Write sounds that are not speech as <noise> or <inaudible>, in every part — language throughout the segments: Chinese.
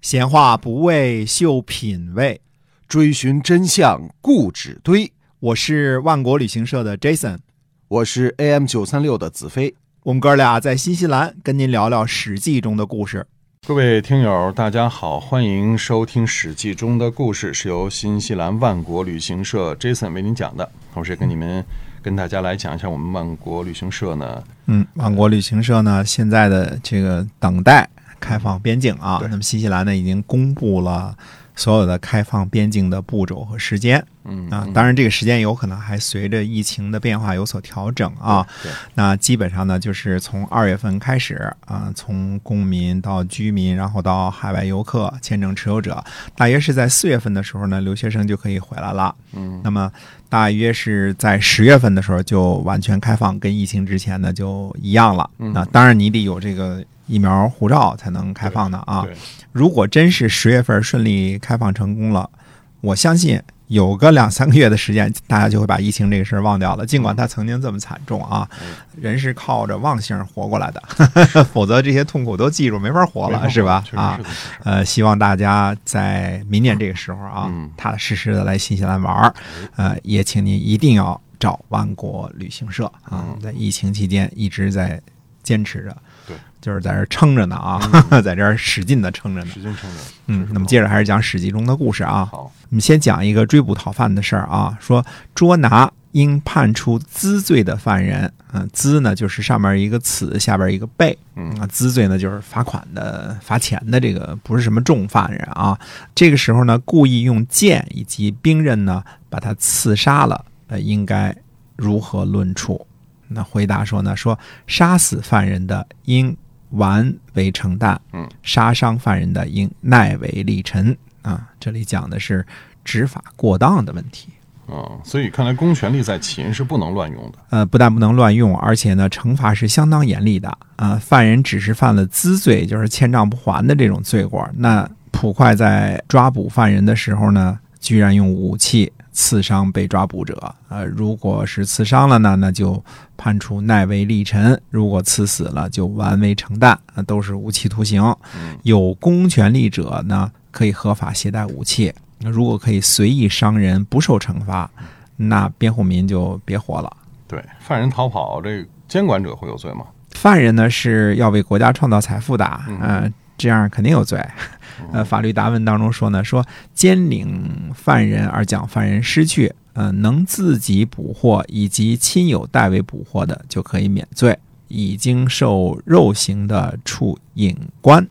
闲话不为秀品味，追寻真相固执堆。我是万国旅行社的 Jason，我是 AM 九三六的子飞。我们哥俩在新西兰跟您聊聊《史记》中的故事。各位听友，大家好，欢迎收听《史记》中的故事，是由新西兰万国旅行社 Jason 为您讲的，同时跟你们跟大家来讲一下我们万国旅行社呢，嗯，万国旅行社呢，现在的这个等待开放边境啊，对那么新西兰呢已经公布了所有的开放边境的步骤和时间嗯啊，当然这个时间有可能还随着疫情的变化有所调整啊。，对，那基本上呢，就是从二月份开始啊、从公民到居民，然后到海外游客、签证持有者，大约是在四月份的时候呢，留学生就可以回来了。嗯，那么大约是在十月份的时候就完全开放，跟疫情之前呢就一样了。嗯那当然你得有这个疫苗护照才能开放的啊。对，如果真是十月份顺利开放成功了，我相信有个两三个月的时间，大家就会把疫情这个事儿忘掉了。嗯尽管它曾经这么惨重啊，人是靠着忘性活过来 <laughs> 的，否则这些痛苦都记住没法活了，没错是吧确？实啊是这，么回事呃，希望大家在明年这个时候啊嗯，踏踏实实的来新西兰玩儿，呃，也请您一定要找万国旅行社啊嗯，在疫情期间一直在坚持着，对，嗯就是在这儿撑着呢啊， <laughs> 在这儿使劲的撑着呢。时间成长，嗯确，实那么不接着还是讲《史记》中的故事啊。好，我们先讲一个追捕逃犯的事儿啊，说捉拿应判处滋罪的犯人。嗯、滋呢就是上面一个此，下边一个贝。嗯啊，滋罪呢就是罚款的、罚钱的这个，不是什么重犯人啊。这个时候呢，故意用剑以及兵刃呢把他刺杀了，呃，应该如何论处？那回答说呢，说杀死犯人的应完为承担，嗯，杀伤犯人的应耐为力臣啊。这里讲的是执法过当的问题。嗯，所以看来公权力在秦是不能乱用的，呃，不但不能乱用，而且呢，惩罚是相当严厉的啊、犯人只是犯了滋罪，就是欠账不还的这种罪过。那捕快在抓捕犯人的时候呢，居然用武器刺伤被抓捕者。呃，如果是刺伤了呢，那就判处耐为力臣；如果刺死了，就完为承担，啊、都是无期徒刑。嗯有公权力者呢，可以合法携带武器。那如果可以随意伤人不受惩罚，那边户民就别活了。对，犯人逃跑，这监管者会有罪吗？犯人呢是要为国家创造财富的，嗯呃，这样肯定有罪。呃，法律答问当中说呢，说监领犯人而将犯人失去，呃，能自己捕获以及亲友代为捕获的，就可以免罪。已经受肉刑的，处隐官。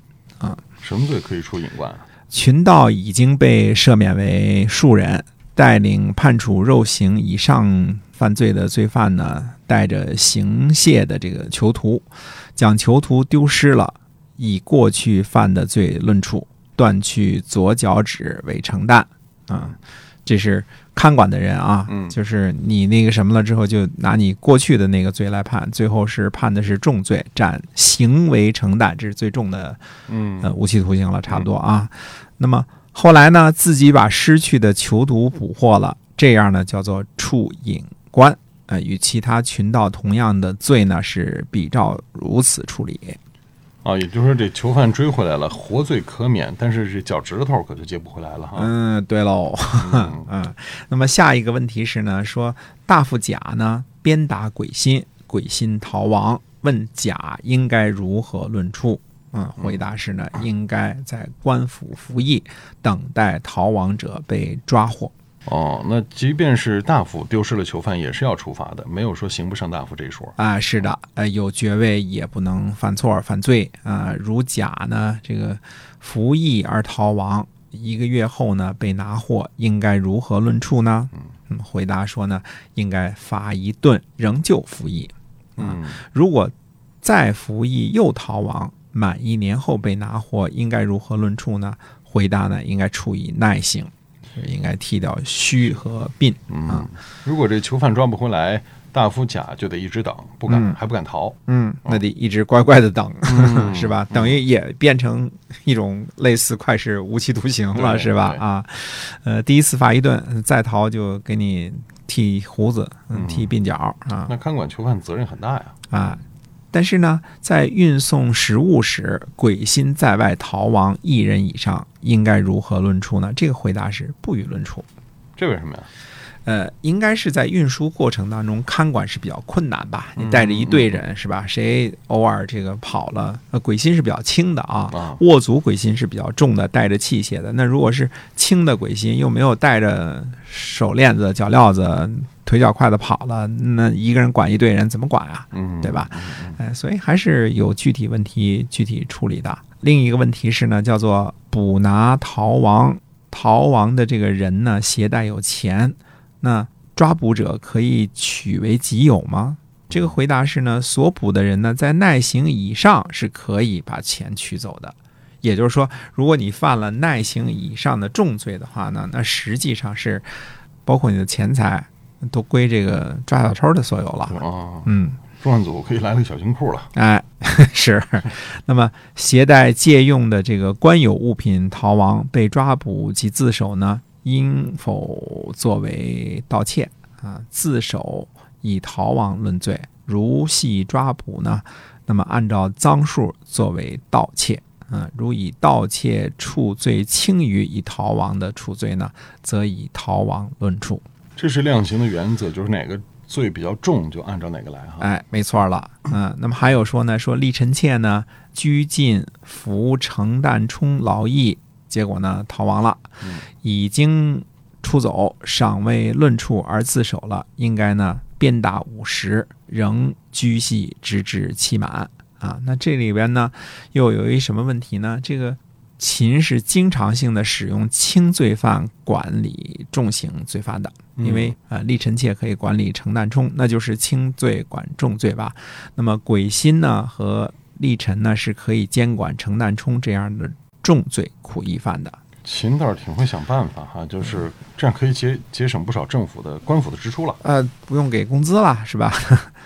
什么罪可以处隐官啊？群盗已经被赦免为庶人，带领判处肉刑以上犯罪的罪犯呢，带着行械的这个囚徒，将囚徒丢失了，以过去犯的罪论处，断去左脚趾为承担。啊，这是看管的人啊，嗯就是你那个什么了之后，就拿你过去的那个罪来判，最后是判的是重罪，斩行为承担，这是最重的嗯呃，无期徒刑了，差不多啊。那么后来呢，自己把失去的囚徒捕获了，这样呢叫做处隐官。呃，与其他群盗同样的罪呢，是比照如此处理。啊，也就是说这囚犯追回来了，活罪可免，但是这脚趾头可就接不回来了哈。嗯，对喽。嗯嗯，那么下一个问题是呢，说大夫甲呢鞭打鬼心，鬼心逃亡，问甲应该如何论处？嗯，回答是呢，应该在官府服役，等待逃亡者被抓获。哦，那即便是大夫丢失了囚犯，也是要处罚的，没有说刑不上大夫这一说。啊，是的，呃，有爵位也不能犯错犯罪啊、如甲呢，这个服役而逃亡，一个月后呢被拿获，应该如何论处呢？嗯，回答说呢，应该罚一顿，仍旧服役。啊嗯，如果再服役又逃亡，满一年后被拿获，应该如何论处呢？回答呢，应该处以耐刑，就是应该剃掉虚和鬓。嗯，如果这囚犯抓不回来，大夫甲就得一直等，不敢、嗯还不敢逃。嗯，那得一直乖乖的等，哦 <laughs> 嗯是吧？等于也变成一种类似快是无期徒刑了，对是吧？对啊，呃，第一次罚一顿，再逃就给你剃胡子，嗯，嗯剃鬓角啊那看管囚犯责任很大呀。啊。但是呢，在运送食物时，鬼心在外逃亡一人以上，应该如何论处呢？这个回答是不予论处。这为什么呀？呃，应该是在运输过程当中看管是比较困难吧？你带着一队人是吧？谁偶尔这个跑了，呃，鬼心是比较轻的啊，啊，握足鬼心是比较重的，带着器械的。那如果是轻的鬼心，又没有带着手链子、脚镣子、腿脚快的跑了，那一个人管一队人怎么管啊？嗯，对吧嗯？嗯哎，所以还是有具体问题具体处理的。另一个问题是呢，叫做捕拿逃亡，逃亡的这个人呢携带有钱，那抓捕者可以取为己有吗？这个回答是呢，所捕的人呢在耐刑以上是可以把钱取走的。也就是说，如果你犯了耐刑以上的重罪的话呢，那实际上是包括你的钱财都归这个抓小偷的所有了。哦，嗯。重案组可以来了个小型库了。哎， <laughs> 是。那么携带借用的这个官有物品逃亡、被抓捕及自首呢，应否作为盗窃啊？自首以逃亡论罪，如系抓捕呢，那么按照赃数作为盗窃。啊，如以盗窃处罪轻于以逃亡的处罪呢，则以逃亡论处。这是量刑的原则，就是哪个罪比较重就按照哪个来哈。哎，没错儿了，嗯，那么还有说呢，说立臣妾呢拘禁服承担充劳役，结果呢逃亡了嗯，已经出走，尚未论处而自首了，应该呢鞭打五十，仍拘系直至期满啊。那这里边呢又有一什么问题呢？这个秦是经常性的使用轻罪犯管理重刑罪犯的。因为呃，立臣妾可以管理承担冲，那就是轻罪管重罪吧。那么鬼心呢和立臣呢是可以监管承担冲这样的重罪苦役犯的。秦倒是挺会想办法哈，嗯就是这样可以节节省不少政府的官府的支出了。呃，不用给工资了是吧？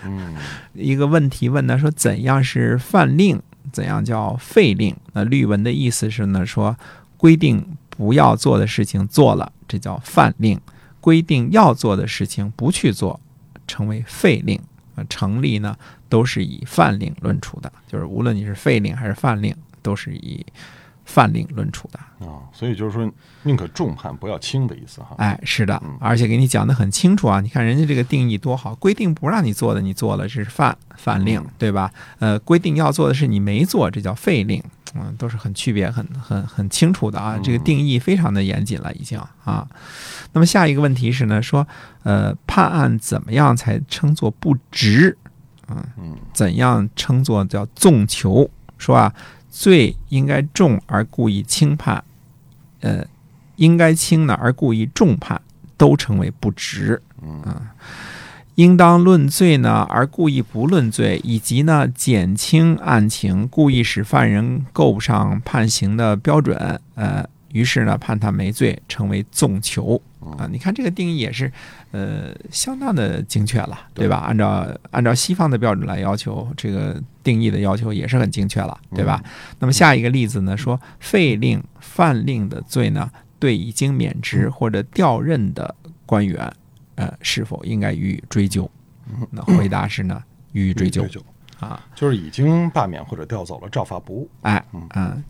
嗯，一个问题问呢，说怎样是犯令，怎样叫废令？那律文的意思是呢，说规定不要做的事情做了，这叫犯令；规定要做的事情不去做，称为废令。啊，成立呢都是以犯令论处的，就是无论你是废令还是犯令，都是以犯令论处的。啊，所以就是说宁可重判不要轻的意思哈。嗯哎，是的嗯，而且给你讲的很清楚啊！你看人家这个定义多好，规定不让你做的你做了，这是犯犯令嗯，对吧？呃，规定要做的是你没做，这叫废令，嗯，都是很区别很很很清楚的啊！这个嗯定义非常的严谨了，已经啊。那么下一个问题是呢，说呃，判案怎么样才称作不值？嗯，怎样称作叫纵囚？说啊，罪应该重而故意轻判，呃，应该轻呢而故意重判，都称为不值。嗯啊应当论罪呢，而故意不论罪，以及呢减轻案情，故意使犯人够不上判刑的标准，呃，于是呢判他没罪，成为纵囚。啊，你看这个定义也是，呃，相当的精确了，对吧？按照按照西方的标准来要求，这个定义的要求也是很精确了，对吧？那么下一个例子呢，说废令、犯令的罪呢，对已经免职或者调任的官员，呃，是否应该予以追究？那回答是呢，嗯予以追究追究啊。就是已经罢免或者调走了，照罚不误。哎嗯，嗯，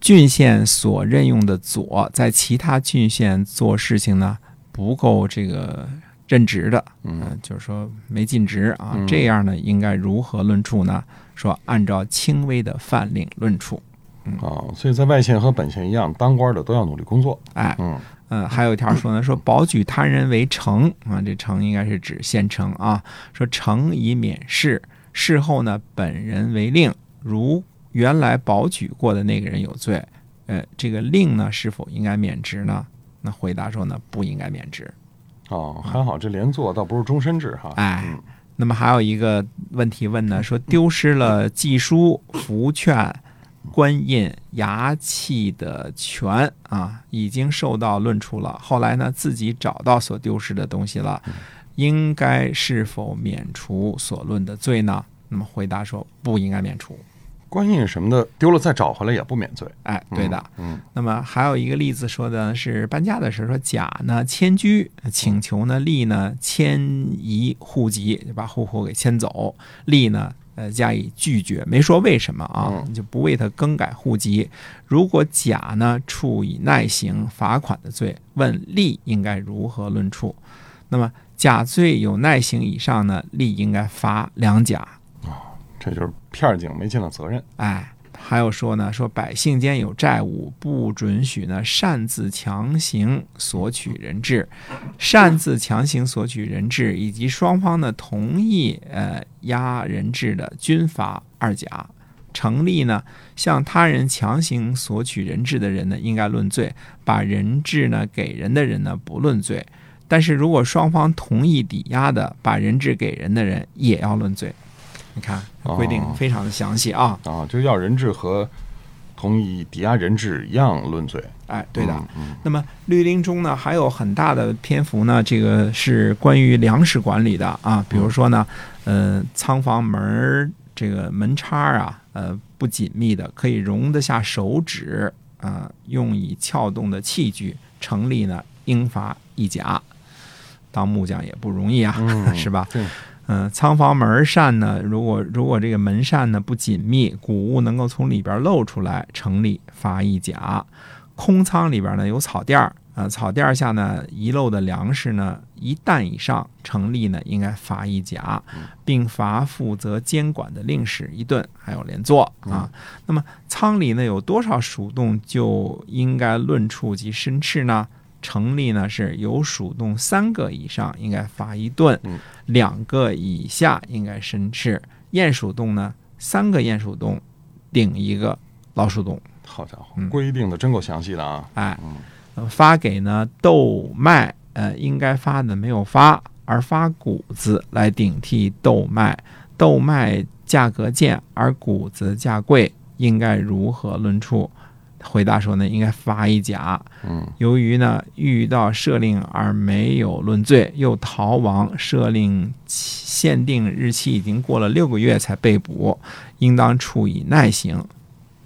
郡县所任用的佐，在其他郡县做事情呢，不够这个任职的，嗯、嗯就是说没尽职啊，嗯这样呢，应该如何论处呢？说按照轻微的犯令论处。嗯啊，所以在外县和本县一样，当官的都要努力工作。哎，嗯嗯，还有一条说呢，说保举他人为城啊，这城应该是指县城啊。说城以免事，事后呢本人为令，如原来保举过的那个人有罪，呃，这个令呢是否应该免职呢？那回答说呢不应该免职。哦，还好这连坐倒不是终身制哈。哎嗯那么还有一个问题问呢，说丢失了寄书、符券、官印、衙器的权啊，已经受到论处了。后来呢，自己找到所丢失的东西了，嗯应该是否免除所论的罪呢？那么回答说不应该免除。官印什么的丢了再找回来也不免罪。哎，嗯对的。，嗯那么还有一个例子说的是搬家的事，说甲呢迁居，请求呢立呢迁移户籍，就把户口给迁走；立呢呃加以拒绝，没说为什么啊，嗯就不为他更改户籍。如果甲呢处以耐刑、罚款的罪，问吏应该如何论处？那么甲罪有耐刑以上呢，吏应该罚两甲。这就是片儿警没尽到责任。哎，还有说呢，说百姓间有债务，不准许呢擅自强行索取人质，擅自强行索取人质，以及双方呢同意呃押人质的，均罚二甲。成立呢，向他人强行索取人质的人呢，应该论罪；把人质呢给人的人呢，不论罪。但是如果双方同意抵押的，把人质给人的人也要论罪。你看规定哦非常的详细啊。啊，就要人质和同意抵押人质一样论罪。哎，对的。嗯，嗯那么律令中呢，还有很大的篇幅呢，这个是关于粮食管理的嗯啊，比如说呢，呃，仓房门儿这个门插儿啊，呃，不紧密的，可以容得下手指啊、呃用以撬动的器具，成立呢应罚一甲。当木匠也不容易啊，嗯是吧？对，嗯，仓房门扇呢，如果如果这个门扇呢不紧密，谷物能够从里边露出来，成立罚一甲。空仓里边呢有草垫儿，呃，草垫儿下呢遗漏的粮食呢一担以上，成立呢应该罚一甲，并罚负责监管的令史一顿，还有连坐啊。那么仓里呢有多少鼠洞，就应该论处及申斥呢？成立呢是有鼠洞三个以上，应该罚一顿。两个以下应该申斥。鼹鼠洞呢，三个鼹鼠洞顶一个老鼠洞。好家伙嗯，规定的真够详细的啊。哎嗯，呃发给呢豆麦，呃，应该发的没有发，而发谷子来顶替豆麦。豆麦价格贱，而谷子价贵，应该如何论处？回答说呢，应该罚一甲。嗯，由于呢遇到赦令而没有论罪，又逃亡，赦令期限定日期已经过了六个月才被捕，应当处以耐刑。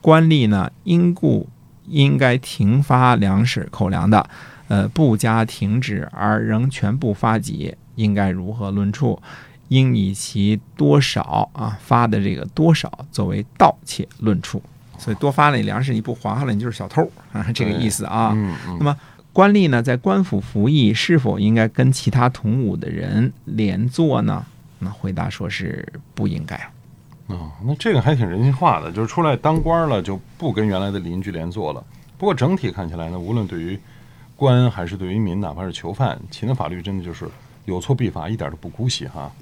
官吏呢因故应该停发粮食口粮的，呃，不加停止而仍全部发给，应该如何论处？应以其多少啊发的这个多少作为盗窃论处。所以多发了你粮食你不还了，你就是小偷啊，这个意思啊。嗯嗯那么官吏呢，在官府服役，是否应该跟其他同伍的人连坐呢？那回答说是不应该。哦，那这个还挺人性化的，就是出来当官了就不跟原来的邻居连坐了。不过整体看起来呢，无论对于官还是对于民，哪怕是囚犯，秦的法律真的就是有错必罚，一点都不姑息哈。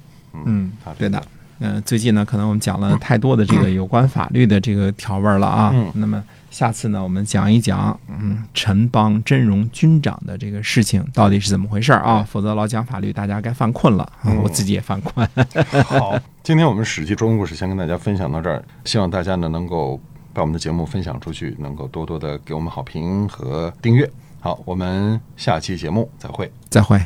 嗯他这对个的。嗯、最近呢，可能我们讲了太多的这个有关法律的这个条文了啊。嗯那么下次呢，我们讲一讲，嗯，陈邦真荣军长的这个事情到底是怎么回事儿啊？否则老讲法律，大家该犯困了。啊我自己也犯困。好，今天我们史记中故事先跟大家分享到这儿，希望大家呢能够把我们的节目分享出去，能够多多的给我们好评和订阅。好，我们下期节目再会。再会。